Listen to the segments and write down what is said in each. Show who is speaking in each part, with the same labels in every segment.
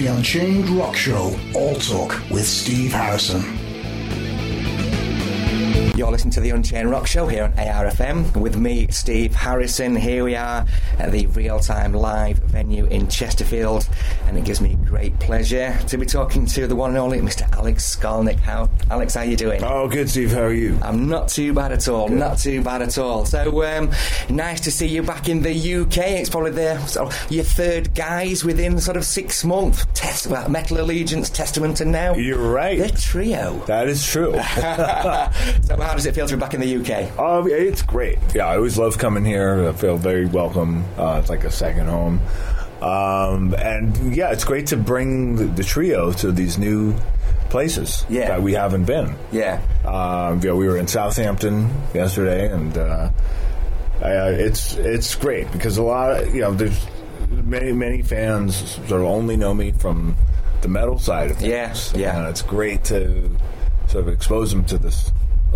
Speaker 1: Unchained Rock Show All Talk with Steve Harrison.
Speaker 2: You're listening to the Unchained Rock Show here on ARFM with me, Steve Harrison. Here we are at the real time live venue in Chesterfield, and it gives me great pleasure to be talking to the one and only Mr. Alex Skolnick. How, Alex, how you doing?
Speaker 3: Oh, good, Steve. How are you?
Speaker 2: I'm not too bad at all. Not too bad at all. So um, nice to see you back in the UK. It's probably the, sort of your third guys within sort of six months. Test, well, Metal Allegiance, Testament, and now
Speaker 3: You're right.
Speaker 2: the trio.
Speaker 3: That is true.
Speaker 2: so how does it feel to be back in the UK?
Speaker 3: Um, it's great. Yeah, I always love coming here. I feel very welcome. Uh, it's like a second home. Um, and yeah, it's great to bring the, the trio to these new places
Speaker 2: Yeah.
Speaker 3: that we haven't been.
Speaker 2: Yeah.
Speaker 3: Um, yeah, we were in Southampton yesterday, and uh, I, uh, it's it's great because a lot of you know there's many many fans sort of only know me from the metal side of things.
Speaker 2: Yeah, yeah.
Speaker 3: And it's great to sort of expose them to this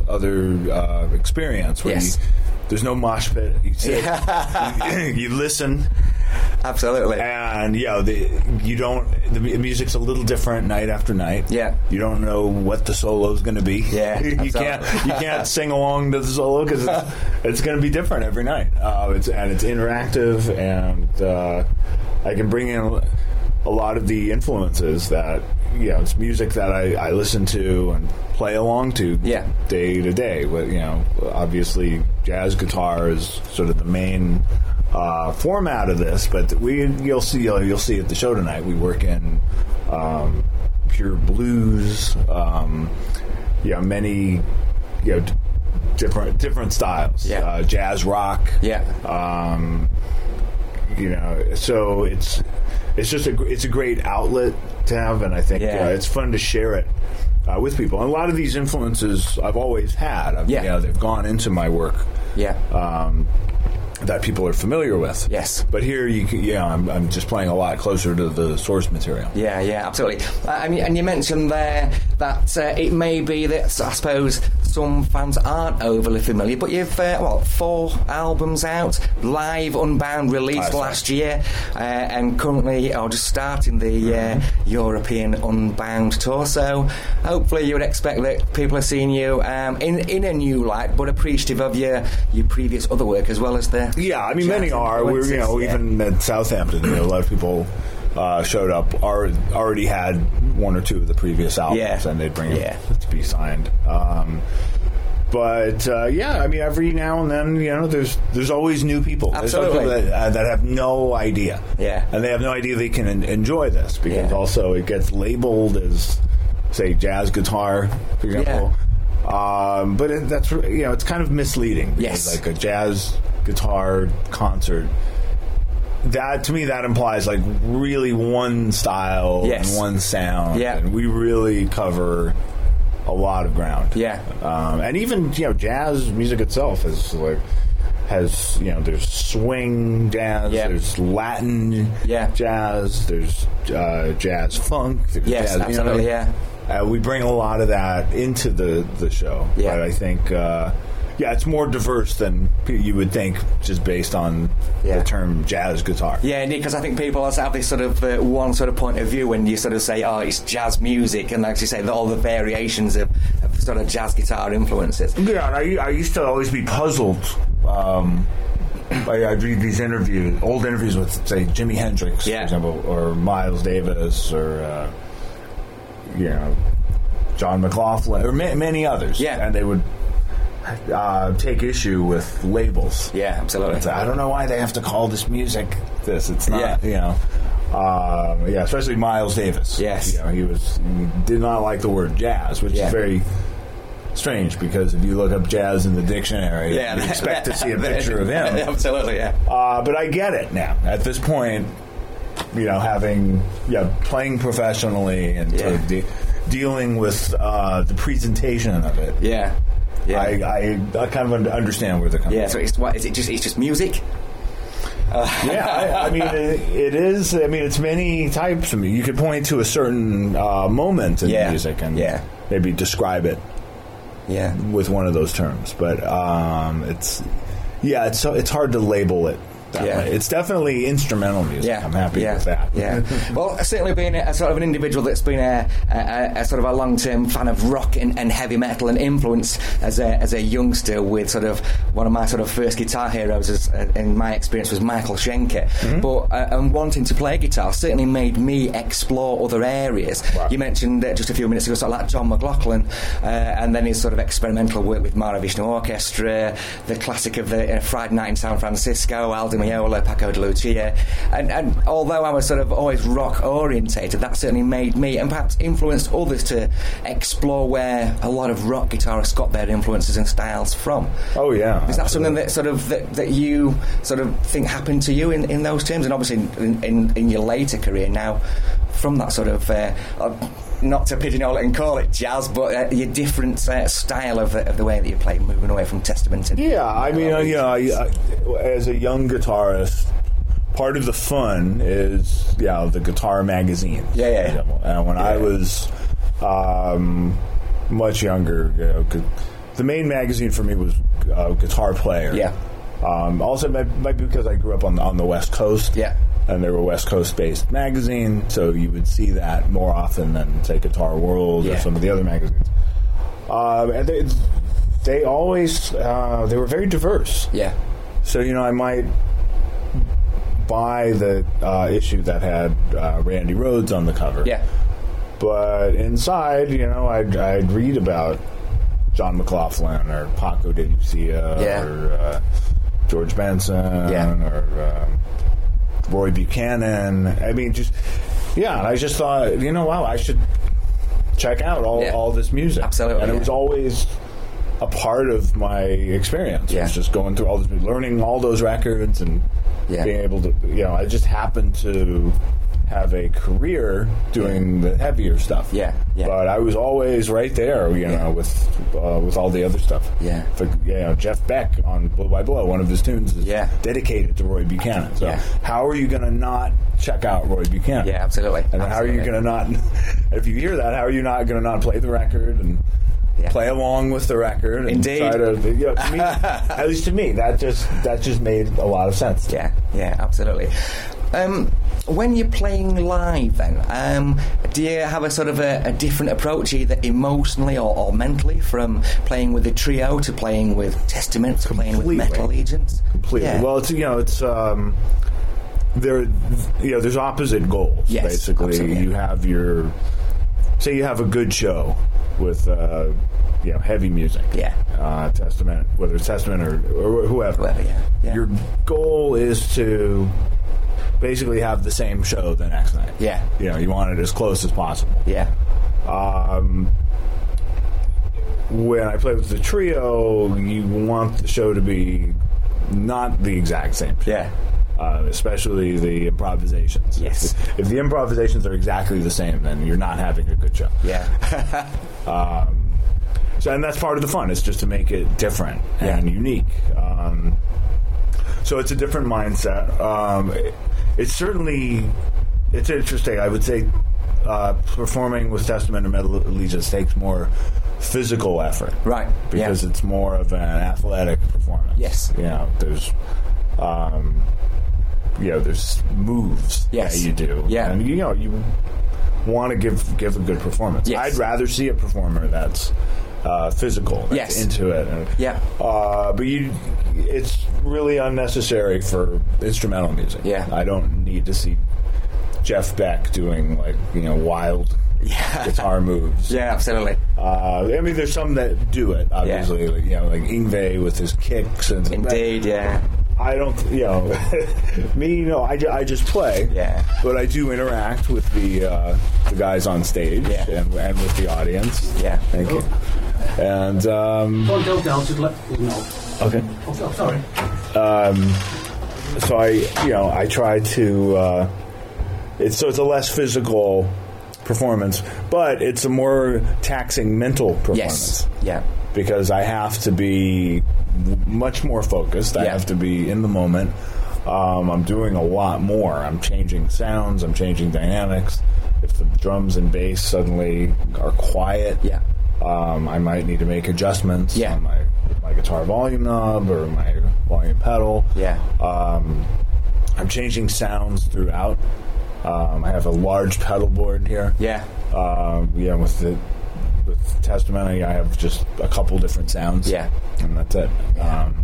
Speaker 3: other uh, experience where
Speaker 2: Yes.
Speaker 3: you, there's no mosh pit. You sit, you listen.
Speaker 2: Absolutely.
Speaker 3: And yeah, the, you don't. The mu- music's a little different night after night.
Speaker 2: Yeah.
Speaker 3: you don't know what the solo's going to be.
Speaker 2: Yeah,
Speaker 3: you
Speaker 2: absolutely.
Speaker 3: can't. You can't sing along to the solo because it's, it's going to be different every night. Uh, it's and it's interactive, and uh, I can bring in a lot of the influences that you know. It's music that I, I listen to and play along to.
Speaker 2: Yeah.
Speaker 3: day to day. But you know, obviously, jazz guitar is sort of the main uh, format of this, but we you'll see you'll, you'll see at the show tonight. We work in um, pure blues, um, you know, many you know d- different different styles,
Speaker 2: Yeah.
Speaker 3: uh, jazz rock,
Speaker 2: Yeah.
Speaker 3: um, you know, so it's it's just a gr- it's a great outlet to have, and I think
Speaker 2: Yeah.
Speaker 3: uh, it's fun to share it. Uh, with people, and a lot of these influences I've always had. I've,
Speaker 2: Yeah.
Speaker 3: you know, they've gone into my work
Speaker 2: Yeah.
Speaker 3: um, that people are familiar with.
Speaker 2: Yes.
Speaker 3: But here, you can, yeah, I'm, I'm just playing a lot closer to the source material.
Speaker 2: Yeah, yeah, absolutely. Uh, I mean, and you mentioned there that uh, it may be that I suppose some fans aren't overly familiar, but you've uh, well four albums out, live Unbound released
Speaker 3: That's right.
Speaker 2: last year, uh, and currently or just starting the uh, European Unbound tour. So hopefully you would expect that people are seeing you um, in in a new light, but appreciative of your your previous other work as well as the
Speaker 3: Yeah, I mean,
Speaker 2: jazz
Speaker 3: many are. We're you know
Speaker 2: influences, yeah.
Speaker 3: even at Southampton, you know, a lot of people uh, showed up. Are, already had one or two of the previous albums,
Speaker 2: Yeah.
Speaker 3: and they'd bring
Speaker 2: Yeah.
Speaker 3: it to be signed. Um, but uh, yeah, I mean, every now and then, you know, there's there's always new people. There's some people
Speaker 2: Absolutely.
Speaker 3: that, uh, that have no idea.
Speaker 2: Yeah.
Speaker 3: and they have no idea they can en- enjoy this because
Speaker 2: Yeah.
Speaker 3: also it gets labeled as say jazz guitar, for example. Um, but it, that's you know it's kind of misleading. because,
Speaker 2: Yes.
Speaker 3: like a jazz guitar concert. That to me that implies like really one style
Speaker 2: Yes.
Speaker 3: and one sound.
Speaker 2: Yeah.
Speaker 3: And we really cover a lot of ground.
Speaker 2: Yeah.
Speaker 3: Um, and even you know jazz music itself is like has you know there's swing jazz,
Speaker 2: Yeah.
Speaker 3: there's Latin
Speaker 2: Yeah.
Speaker 3: jazz, there's uh, jazz funk. There's
Speaker 2: Yes,
Speaker 3: jazz, you know,
Speaker 2: absolutely, yeah.
Speaker 3: uh, we bring a lot of that into the, the show.
Speaker 2: Yeah.
Speaker 3: But I think, uh, yeah, it's more diverse than pe- you would think just based on
Speaker 2: Yeah.
Speaker 3: the term jazz guitar.
Speaker 2: Yeah, because I think people also have this sort of uh, one sort of point of view when you sort of say, "Oh, it's jazz music," and like you say, all the variations of, of sort of jazz guitar influences.
Speaker 3: Yeah, and I, I used to always be puzzled. Um, I, I'd read these interviews, old interviews with, say, Jimi Hendrix,
Speaker 2: Yeah.
Speaker 3: for example, or Miles Davis, or, uh, you know, John McLaughlin, or ma- many others.
Speaker 2: Yeah.
Speaker 3: And they would uh, take issue with labels.
Speaker 2: Yeah, absolutely.
Speaker 3: It's like, I don't know why they have to call this music this. It's not,
Speaker 2: Yeah.
Speaker 3: you know. Um, yeah, especially Miles Davis.
Speaker 2: Yes.
Speaker 3: You know, he was he did not like the word jazz, which
Speaker 2: Yeah.
Speaker 3: is very strange because if you look up jazz in the dictionary,
Speaker 2: Yeah,
Speaker 3: you expect to see a picture of him.
Speaker 2: absolutely, yeah.
Speaker 3: Uh, but I get it now. At this point, you know, having yeah, playing professionally and sort of de- dealing with uh, the presentation of it,
Speaker 2: Yeah, yeah,
Speaker 3: I, I, I kind of un- understand where they're coming.
Speaker 2: yeah.
Speaker 3: from.
Speaker 2: So it's what is it? Just it's just music.
Speaker 3: yeah, I, I mean, it, it is. I mean, it's many types. I mean, you could point to a certain uh, moment in
Speaker 2: Yeah,
Speaker 3: music and
Speaker 2: yeah.
Speaker 3: maybe describe it
Speaker 2: Yeah,
Speaker 3: with one of those terms. But um, it's yeah, it's so- it's hard to label it that
Speaker 2: Yeah.
Speaker 3: way. It's definitely instrumental music.
Speaker 2: Yeah,
Speaker 3: I'm happy
Speaker 2: yeah,
Speaker 3: with that.
Speaker 2: Yeah. well, certainly being a, a sort of an individual that's been a, a, a sort of a long-term fan of rock and, and heavy metal and influenced as a, as a youngster with sort of one of my sort of first guitar heroes is, uh, in my experience was Michael Schenker.
Speaker 3: Mm-hmm.
Speaker 2: But uh, and wanting to play guitar certainly made me explore other areas.
Speaker 3: Right.
Speaker 2: You mentioned uh, just a few minutes ago, sort of like John McLaughlin, uh, and then his sort of experimental work with Mara Vishnu Orchestra, the classic of the uh, Friday Night in San Francisco, Aldo Meola, Paco de Lucia. And, and although I was sort of always rock orientated, that certainly made me and perhaps influenced others to explore where a lot of rock guitarists got their influences and styles from.
Speaker 3: Oh yeah.
Speaker 2: Is that something
Speaker 3: absolutely.
Speaker 2: that sort of that, that you sort of think happened to you in, in those terms, and obviously in, in, in your later career now, from that sort of uh, uh, not to pigeonhole it and call it jazz, but uh, your different uh, style of, the- of the way that you play, moving away from Testament. And,
Speaker 3: Yeah, I mean, uh, you know, I, I, as a young guitarist, part of the fun is yeah the guitar magazine.
Speaker 2: Yeah, yeah.
Speaker 3: And when I was um, much younger, you know, gu- the main magazine for me was uh, Guitar Player.
Speaker 2: Yeah.
Speaker 3: Um, also, might, might be because I grew up on the, on the West Coast.
Speaker 2: Yeah.
Speaker 3: And they were West Coast based magazine, so you would see that more often than say Guitar World
Speaker 2: Yeah.
Speaker 3: or some of the other magazines. Um, and they, they always uh, they were very diverse.
Speaker 2: yeah,
Speaker 3: So you know, I might buy the uh, issue that had uh, Randy Rhodes on the cover.
Speaker 2: yeah,
Speaker 3: But inside, you know, I'd, I'd read about John McLaughlin or Paco de Lucia
Speaker 2: Yeah.
Speaker 3: or uh, George Benson
Speaker 2: Yeah.
Speaker 3: or um, Roy Buchanan. I mean, just yeah. I just thought, you know, wow, I should check out all,
Speaker 2: Yeah.
Speaker 3: all this music.
Speaker 2: Absolutely,
Speaker 3: and
Speaker 2: yeah.
Speaker 3: it was always a part of my experience.
Speaker 2: Yeah.
Speaker 3: was just going through all this, learning all those records, and
Speaker 2: Yeah.
Speaker 3: being able to, you know, I just happened to have a career doing the heavier stuff.
Speaker 2: Yeah, yeah.
Speaker 3: But I was always right there, you know, with uh, with all the other stuff.
Speaker 2: Yeah.
Speaker 3: For, you know, Jeff Beck on Blow by Blow, one of his tunes is
Speaker 2: Yeah.
Speaker 3: dedicated to Roy Buchanan. So
Speaker 2: Yeah.
Speaker 3: how are you going to not check out Roy Buchanan?
Speaker 2: yeah, absolutely.
Speaker 3: And how are you going to not? If you hear that, how are you not going to not play the record and
Speaker 2: Yeah.
Speaker 3: play along with the record? And
Speaker 2: Indeed.
Speaker 3: Try to, you know, to me, at least to me, that just that just made a lot of sense.
Speaker 2: Yeah, yeah, absolutely. Um, when you're playing live, then, um, do you have a sort of a, a different approach, either emotionally or, or mentally, from playing with the trio to playing with Testament to playing with
Speaker 3: Completely.
Speaker 2: Metal Legions?
Speaker 3: completely.
Speaker 2: Yeah.
Speaker 3: Well, it's you know, it's um, there. You know, there's opposite goals.
Speaker 2: Yes,
Speaker 3: basically,
Speaker 2: absolutely.
Speaker 3: you have your say you have a good show with uh, you know heavy music.
Speaker 2: Yeah.
Speaker 3: uh, Testament, whether it's Testament or, or whoever.
Speaker 2: Whoever, yeah, yeah.
Speaker 3: Your goal is to basically have the same show the next night.
Speaker 2: Yeah.
Speaker 3: You know, you want it as close as possible
Speaker 2: yeah,
Speaker 3: um, when I play with the trio, you want the show to be not the exact same.
Speaker 2: yeah,
Speaker 3: Uh, especially the improvisations.
Speaker 2: Yes.
Speaker 3: If the improvisations are exactly the same, then you're not having a good show.
Speaker 2: yeah,
Speaker 3: So, and that's part of the fun. It's just to make it different
Speaker 2: Yeah.
Speaker 3: and unique. Um, so it's a different mindset. Um, it- it's certainly it's interesting. I would say uh, performing with Testament and Metal Allegiance takes more physical effort,
Speaker 2: right,
Speaker 3: Because
Speaker 2: yeah.
Speaker 3: it's more of an athletic performance.
Speaker 2: Yes.
Speaker 3: you know, there's. Um, you know, there's moves
Speaker 2: Yes.
Speaker 3: that you do.
Speaker 2: Yeah.
Speaker 3: And, you know, you want to give give a good performance.
Speaker 2: Yes.
Speaker 3: I'd rather see a performer that's uh, physical, that's
Speaker 2: Yes.
Speaker 3: into it. And,
Speaker 2: Yeah.
Speaker 3: Uh, but you, it's really unnecessary for instrumental music.
Speaker 2: Yeah.
Speaker 3: I don't need to see Jeff Beck doing like you know wild
Speaker 2: Yeah.
Speaker 3: guitar moves.
Speaker 2: yeah, absolutely.
Speaker 3: Uh, I mean, there's some that do it. Obviously, like, you know, like Ingve with his kicks and
Speaker 2: Indeed, yeah,
Speaker 3: I don't, you know, me, you know, I, ju- I just play.
Speaker 2: Yeah.
Speaker 3: But I do interact with the uh, the guys on stage
Speaker 2: Yeah.
Speaker 3: and, and with the audience.
Speaker 2: Yeah.
Speaker 3: Thank you. And um,
Speaker 4: Don't go down to the left. No.
Speaker 3: okay,
Speaker 4: Oh, oh, sorry.
Speaker 3: so I, you know, I try to. Uh, it's so it's a less physical performance, but it's a more taxing mental performance.
Speaker 2: yes, yeah,
Speaker 3: because I have to be w- much more focused. I
Speaker 2: Yeah.
Speaker 3: have to be in the moment. Um, I'm doing a lot more. I'm changing sounds. I'm changing dynamics. If the drums and bass suddenly are quiet,
Speaker 2: yeah,
Speaker 3: Um, I might need to make adjustments
Speaker 2: Yeah.
Speaker 3: on my my guitar volume knob or my volume pedal.
Speaker 2: Yeah.
Speaker 3: Um, I'm changing sounds throughout. Um, I have a large pedal board here.
Speaker 2: Yeah.
Speaker 3: Um, yeah, with the with testimony, I have just a couple different sounds.
Speaker 2: Yeah.
Speaker 3: and that's it. Um,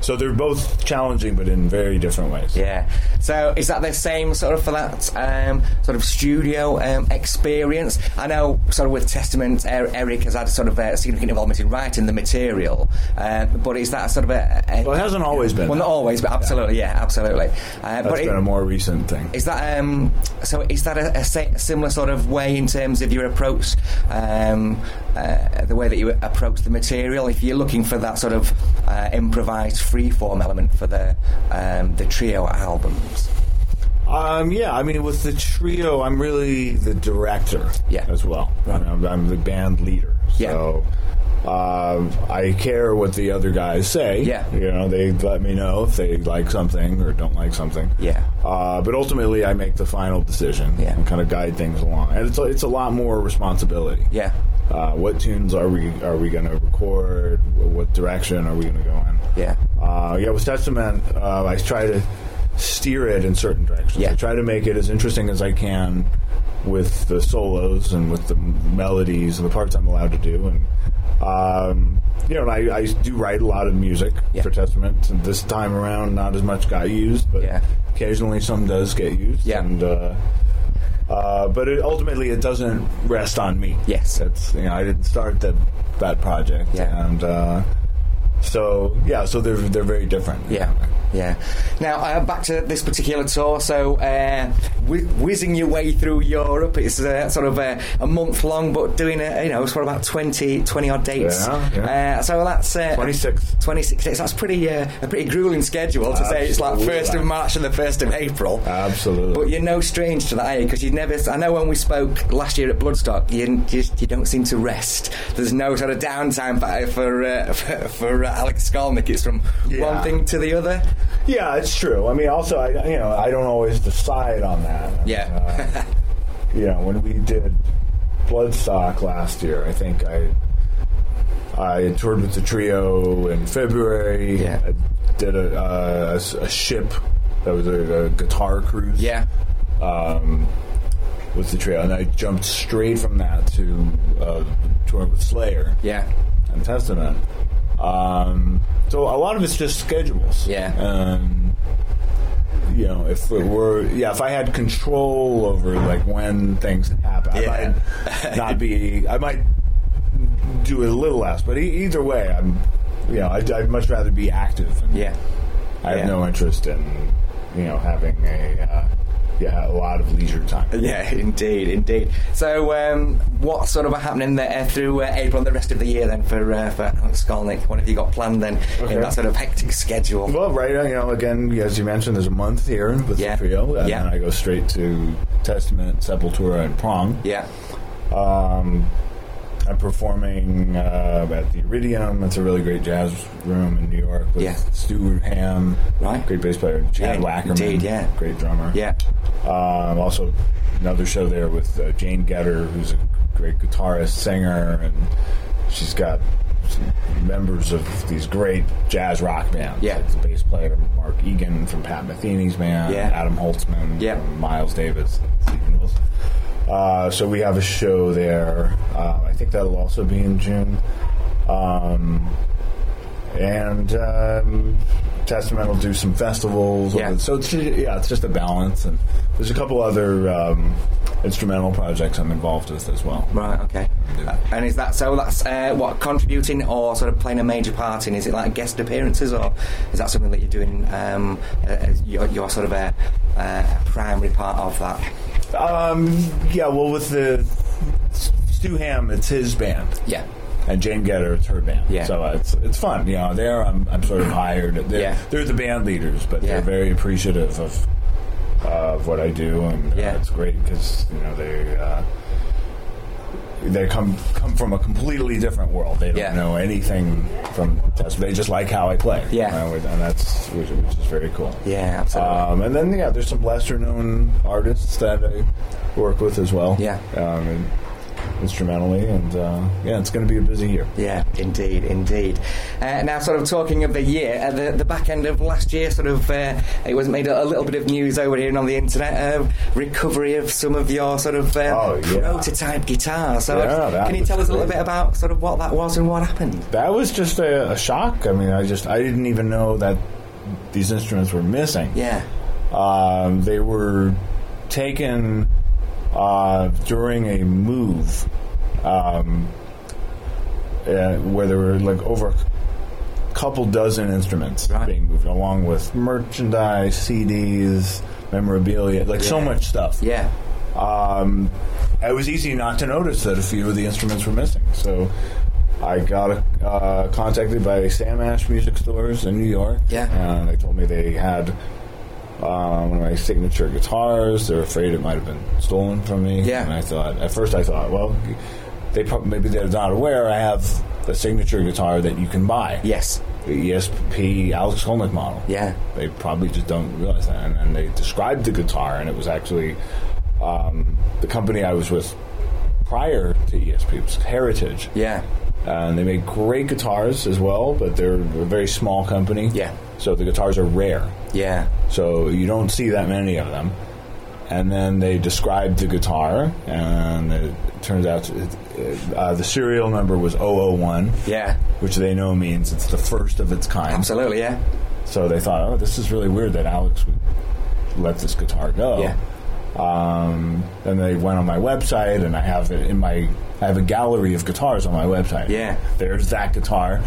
Speaker 3: so they're both challenging, but in very different ways.
Speaker 2: Yeah. So is that the same sort of for that um, sort of studio um, experience? I know sort of with Testament, Er- Eric has had sort of a significant involvement in writing the material, uh, but is that sort of a, a
Speaker 3: Well, it hasn't always been.
Speaker 2: well, not always, but absolutely, yeah, absolutely. Uh,
Speaker 3: That's
Speaker 2: but it-
Speaker 3: been a more recent thing.
Speaker 2: is that um, so? Is that a, a sa- similar sort of way in terms of your approach, um, uh, the way that you approach the material? If you're looking for that sort of uh, improvised freeform element for the um, the trio albums,
Speaker 3: Um, yeah, I mean, with the trio, I'm really the director
Speaker 2: Yeah.
Speaker 3: as well. I mean, I'm, I'm the band leader.
Speaker 2: Yeah.
Speaker 3: So um, I care what the other guys say.
Speaker 2: Yeah.
Speaker 3: You know, they let me know if they like something or don't like something.
Speaker 2: Yeah.
Speaker 3: Uh, but ultimately, I make the final decision
Speaker 2: Yeah.
Speaker 3: and kind of guide things along. And it's, a- it's a lot more responsibility.
Speaker 2: yeah,
Speaker 3: Uh, what tunes are we are we going to record? What direction are we going to go in?
Speaker 2: yeah,
Speaker 3: Uh, yeah, with Testament, uh, I try to steer it in certain directions.
Speaker 2: Yeah.
Speaker 3: I try to make it as interesting as I can with the solos and with the melodies and the parts I'm allowed to do. And, um, you know, and I, I do write a lot of music
Speaker 2: Yeah.
Speaker 3: for Testament. And this time around, not as much got used, but
Speaker 2: Yeah.
Speaker 3: occasionally some does get used.
Speaker 2: Yeah.
Speaker 3: And, uh, uh, but it, ultimately, it doesn't rest on me.
Speaker 2: Yes.
Speaker 3: That's, you know, I didn't start that, that project.
Speaker 2: Yeah.
Speaker 3: And, uh, so yeah, so they're they're very different.
Speaker 2: yeah. Yeah. Now uh, back to this particular tour. So uh, whi whizzing your way through Europe, it's uh, sort of a, a month long, but doing a, you know it's for about 20, 20 odd dates.
Speaker 3: Yeah, yeah.
Speaker 2: Uh, so that's uh,
Speaker 3: Twenty sixth.
Speaker 2: 26 days. That's pretty uh, a pretty grueling schedule to say it's like
Speaker 3: Absolutely.
Speaker 2: first of March and the first of April.
Speaker 3: Absolutely.
Speaker 2: But you're no strange to that, are you? Because you never. I know when we spoke last year at Bloodstock, you just you don't seem to rest. There's no sort of downtime for for, uh, for, for uh, Alex Skolnick. It's from
Speaker 3: Yeah.
Speaker 2: one thing to the other.
Speaker 3: yeah, it's true. I mean, also, I you know, I don't always decide on that.
Speaker 2: Yeah.
Speaker 3: Uh, you know, when we did Bloodstock last year, I think I I toured with the trio in February.
Speaker 2: Yeah.
Speaker 3: I did a, uh, a s- a ship that was a, a guitar cruise.
Speaker 2: yeah.
Speaker 3: um, with the trio, and I jumped straight from that to uh, touring with Slayer.
Speaker 2: Yeah.
Speaker 3: and Testament. Um, so a lot of it's just schedules.
Speaker 2: Yeah.
Speaker 3: Um, you know, if it were, yeah, if I had control over like when things happen,
Speaker 2: Yeah.
Speaker 3: I might not be. I might do it a little less, but e- either way, I'm. You know, I'd, I'd much rather be active. And
Speaker 2: Yeah.
Speaker 3: I have
Speaker 2: yeah.
Speaker 3: no interest in you know having a uh, yeah a lot of leisure time.
Speaker 2: Yeah, indeed, indeed. So, um, what's sort of happening there through uh, April and the rest of the year then for uh, for Alex Skolnick? What have you got planned then
Speaker 3: Okay.
Speaker 2: in that sort of hectic schedule?
Speaker 3: Well, right, uh, you know, again, as you mentioned, there's a month here with
Speaker 2: Yeah.
Speaker 3: the trio, and
Speaker 2: Yeah.
Speaker 3: then I go straight to Testament, Sepultura, and Prong.
Speaker 2: Yeah,
Speaker 3: Um, I'm performing uh, at the Iridium. It's a really great jazz room in New York with
Speaker 2: Yeah.
Speaker 3: Stu Ham,
Speaker 2: Right.
Speaker 3: great bass player, Chad
Speaker 2: Yeah,
Speaker 3: Wackerman,
Speaker 2: indeed, yeah.
Speaker 3: great drummer.
Speaker 2: yeah,
Speaker 3: Um, also, another show there with uh, Jane Getter, who's a great guitarist, singer, and she's got members of these great jazz rock bands.
Speaker 2: Yeah.
Speaker 3: like the bass player Mark Egan from Pat Metheny's band,
Speaker 2: Yeah.
Speaker 3: Adam Holtzman,
Speaker 2: Yeah.
Speaker 3: from Miles Davis, and Stephen Wilson. Uh, so we have a show there. Uh, I think that'll also be in June. Um, and um, Testament will do some festivals.
Speaker 2: Yeah.
Speaker 3: So it's yeah, it's just a balance, and there's a couple other um, instrumental projects I'm involved with as well.
Speaker 2: right, okay.
Speaker 3: Yeah.
Speaker 2: Uh, and is that so? That's uh, what contributing or sort of playing a major part in? Is it like guest appearances, or is that something that you're doing? Um, uh, as you're, you're sort of a, a primary part of that.
Speaker 3: Um, yeah, well, with the Stu Ham, it's his band.
Speaker 2: Yeah,
Speaker 3: and Jane Getter, it's her band.
Speaker 2: Yeah.
Speaker 3: So uh, it's it's fun. You know, there I'm, I'm sort of hired. They're,
Speaker 2: Yeah.
Speaker 3: they're the band leaders, but
Speaker 2: Yeah.
Speaker 3: they're very appreciative of of what I do, and uh,
Speaker 2: Yeah.
Speaker 3: it's great because you know they. Uh, they come come from a completely different world. They don't
Speaker 2: Yeah.
Speaker 3: know anything from test. They just like how I play.
Speaker 2: Yeah.
Speaker 3: You know, and that's which, which is very cool.
Speaker 2: yeah, absolutely.
Speaker 3: Um, and then yeah, there's some lesser known artists that I work with as well.
Speaker 2: Yeah.
Speaker 3: Um, and instrumentally, and uh, yeah, it's going to be a busy year.
Speaker 2: Yeah, indeed, indeed. Uh, now, sort of talking of the year, uh, the, the back end of last year, sort of, uh, it was made a, a little bit of news over here and on the internet. Uh, recovery of some of your sort of uh,
Speaker 3: Oh, yeah.
Speaker 2: prototype guitars. So,
Speaker 3: Yeah, that
Speaker 2: can you
Speaker 3: was
Speaker 2: tell us a little
Speaker 3: crazy.
Speaker 2: bit about sort of what that was and what happened?
Speaker 3: That was just a, a shock. I mean, I just I didn't even know that these instruments were missing.
Speaker 2: Yeah,
Speaker 3: Um, they were taken uh, during a move um, uh, where there were like over a couple dozen instruments
Speaker 2: Right.
Speaker 3: being moved, along with merchandise, CDs, memorabilia, like so
Speaker 2: Yeah.
Speaker 3: much stuff.
Speaker 2: yeah,
Speaker 3: Um, it was easy not to notice that a few of the instruments were missing. So I got uh, contacted by Sam Ash Music Stores in New York.
Speaker 2: Yeah.
Speaker 3: And they told me they had uh, one of my signature guitars. They're afraid it might have been stolen from me.
Speaker 2: Yeah.
Speaker 3: And I thought, at first I thought, well, they prob- maybe they're not aware I have the signature guitar that you can buy.
Speaker 2: yes,
Speaker 3: The ESP Alex Holnick model
Speaker 2: yeah,
Speaker 3: they probably just don't realize that. And, and they described the guitar, and it was actually um, the company I was with prior to E ESP was Heritage,
Speaker 2: yeah,
Speaker 3: and they make great guitars as well, but they're a very small company.
Speaker 2: Yeah.
Speaker 3: so the guitars are rare,
Speaker 2: yeah,
Speaker 3: so you don't see that many of them. And then they described the guitar, and it turns out it, it, uh, the serial number was 001,
Speaker 2: yeah,
Speaker 3: which they know means it's the first of its kind.
Speaker 2: absolutely, yeah,
Speaker 3: So they thought, oh, this is really weird that Alex would let this guitar go.
Speaker 2: Yeah.
Speaker 3: Um, then they went on my website, and I have it in my. I have a gallery of guitars on my website.
Speaker 2: Yeah.
Speaker 3: There's that guitar.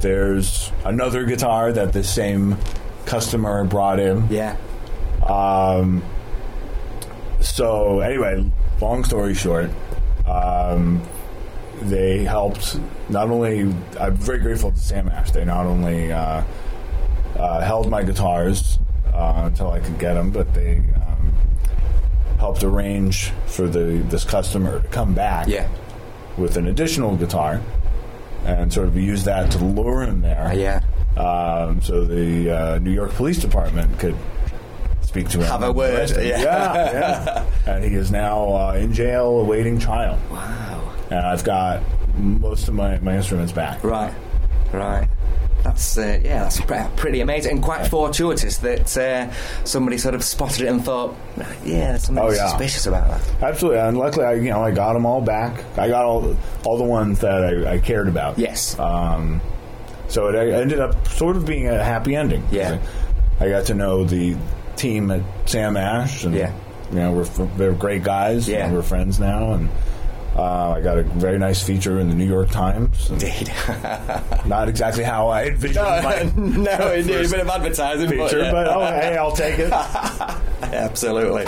Speaker 3: There's another guitar that the same customer brought in.
Speaker 2: yeah,
Speaker 3: Um, so anyway, long story short, um, they helped. Not only I'm very grateful to Sam Ash. They not only uh, uh, held my guitars uh, until I could get them, but they um, helped arrange for the this customer to come back
Speaker 2: yeah,
Speaker 3: with an additional guitar and sort of use that to lure him there.
Speaker 2: yeah.
Speaker 3: Um, so the uh, New York Police Department could speak to him.
Speaker 2: Have a word,
Speaker 3: Yeah,
Speaker 2: yeah.
Speaker 3: yeah. and he is now uh, in jail awaiting trial.
Speaker 2: Wow.
Speaker 3: And I've got most of my, my instruments back.
Speaker 2: Right, right. That's uh, yeah, that's pre- pretty amazing and quite fortuitous that uh, somebody sort of spotted it and thought, yeah, there's something
Speaker 3: Oh, yeah.
Speaker 2: suspicious about that.
Speaker 3: Absolutely. And luckily, I, you know, I got them all back. I got all all the ones that I, I cared about.
Speaker 2: Yes,
Speaker 3: Um, so it ended up sort of being a happy ending.
Speaker 2: Yeah.
Speaker 3: I got to know the team at Sam Ash, and
Speaker 2: Yeah.
Speaker 3: you know we're fr- they're great guys.
Speaker 2: Yeah.
Speaker 3: and we're friends now, and uh, I got a very nice feature in the New York Times. and
Speaker 2: indeed.
Speaker 3: not exactly how I envisioned my
Speaker 2: no, indeed, a
Speaker 3: first
Speaker 2: bit of advertising, but,
Speaker 3: feature,
Speaker 2: yeah.
Speaker 3: but oh hey, I'll take it.
Speaker 2: absolutely,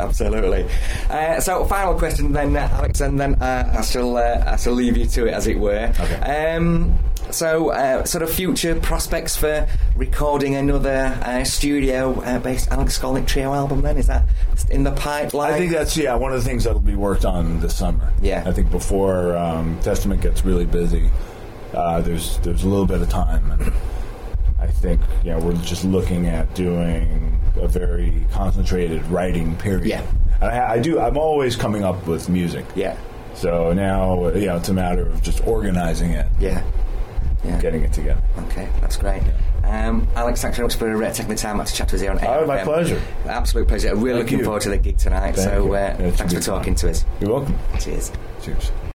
Speaker 2: absolutely. Uh, so, final question then, uh, Alex, and then uh, I shall uh, I shall leave you to it, as it were.
Speaker 3: Okay.
Speaker 2: Um, so, uh, sort of future prospects for recording another uh, studio-based Alex Skolnick trio album? Then is that in the pipeline?
Speaker 3: I think that's yeah one of the things that'll be worked on this summer.
Speaker 2: Yeah.
Speaker 3: I think before um, Testament gets really busy, uh, there's there's a little bit of time, and I think yeah we're just looking at doing a very concentrated writing period.
Speaker 2: Yeah.
Speaker 3: and I, I do. I'm always coming up with music.
Speaker 2: Yeah,
Speaker 3: So now you know it's a matter of just organizing it,
Speaker 2: yeah, yeah.
Speaker 3: getting it together.
Speaker 2: Okay, that's great. Um, Alex, thanks very much for uh, taking the time out to chat with us here on
Speaker 3: Oh,
Speaker 2: AFM.
Speaker 3: my pleasure.
Speaker 2: Absolute uh, pleasure.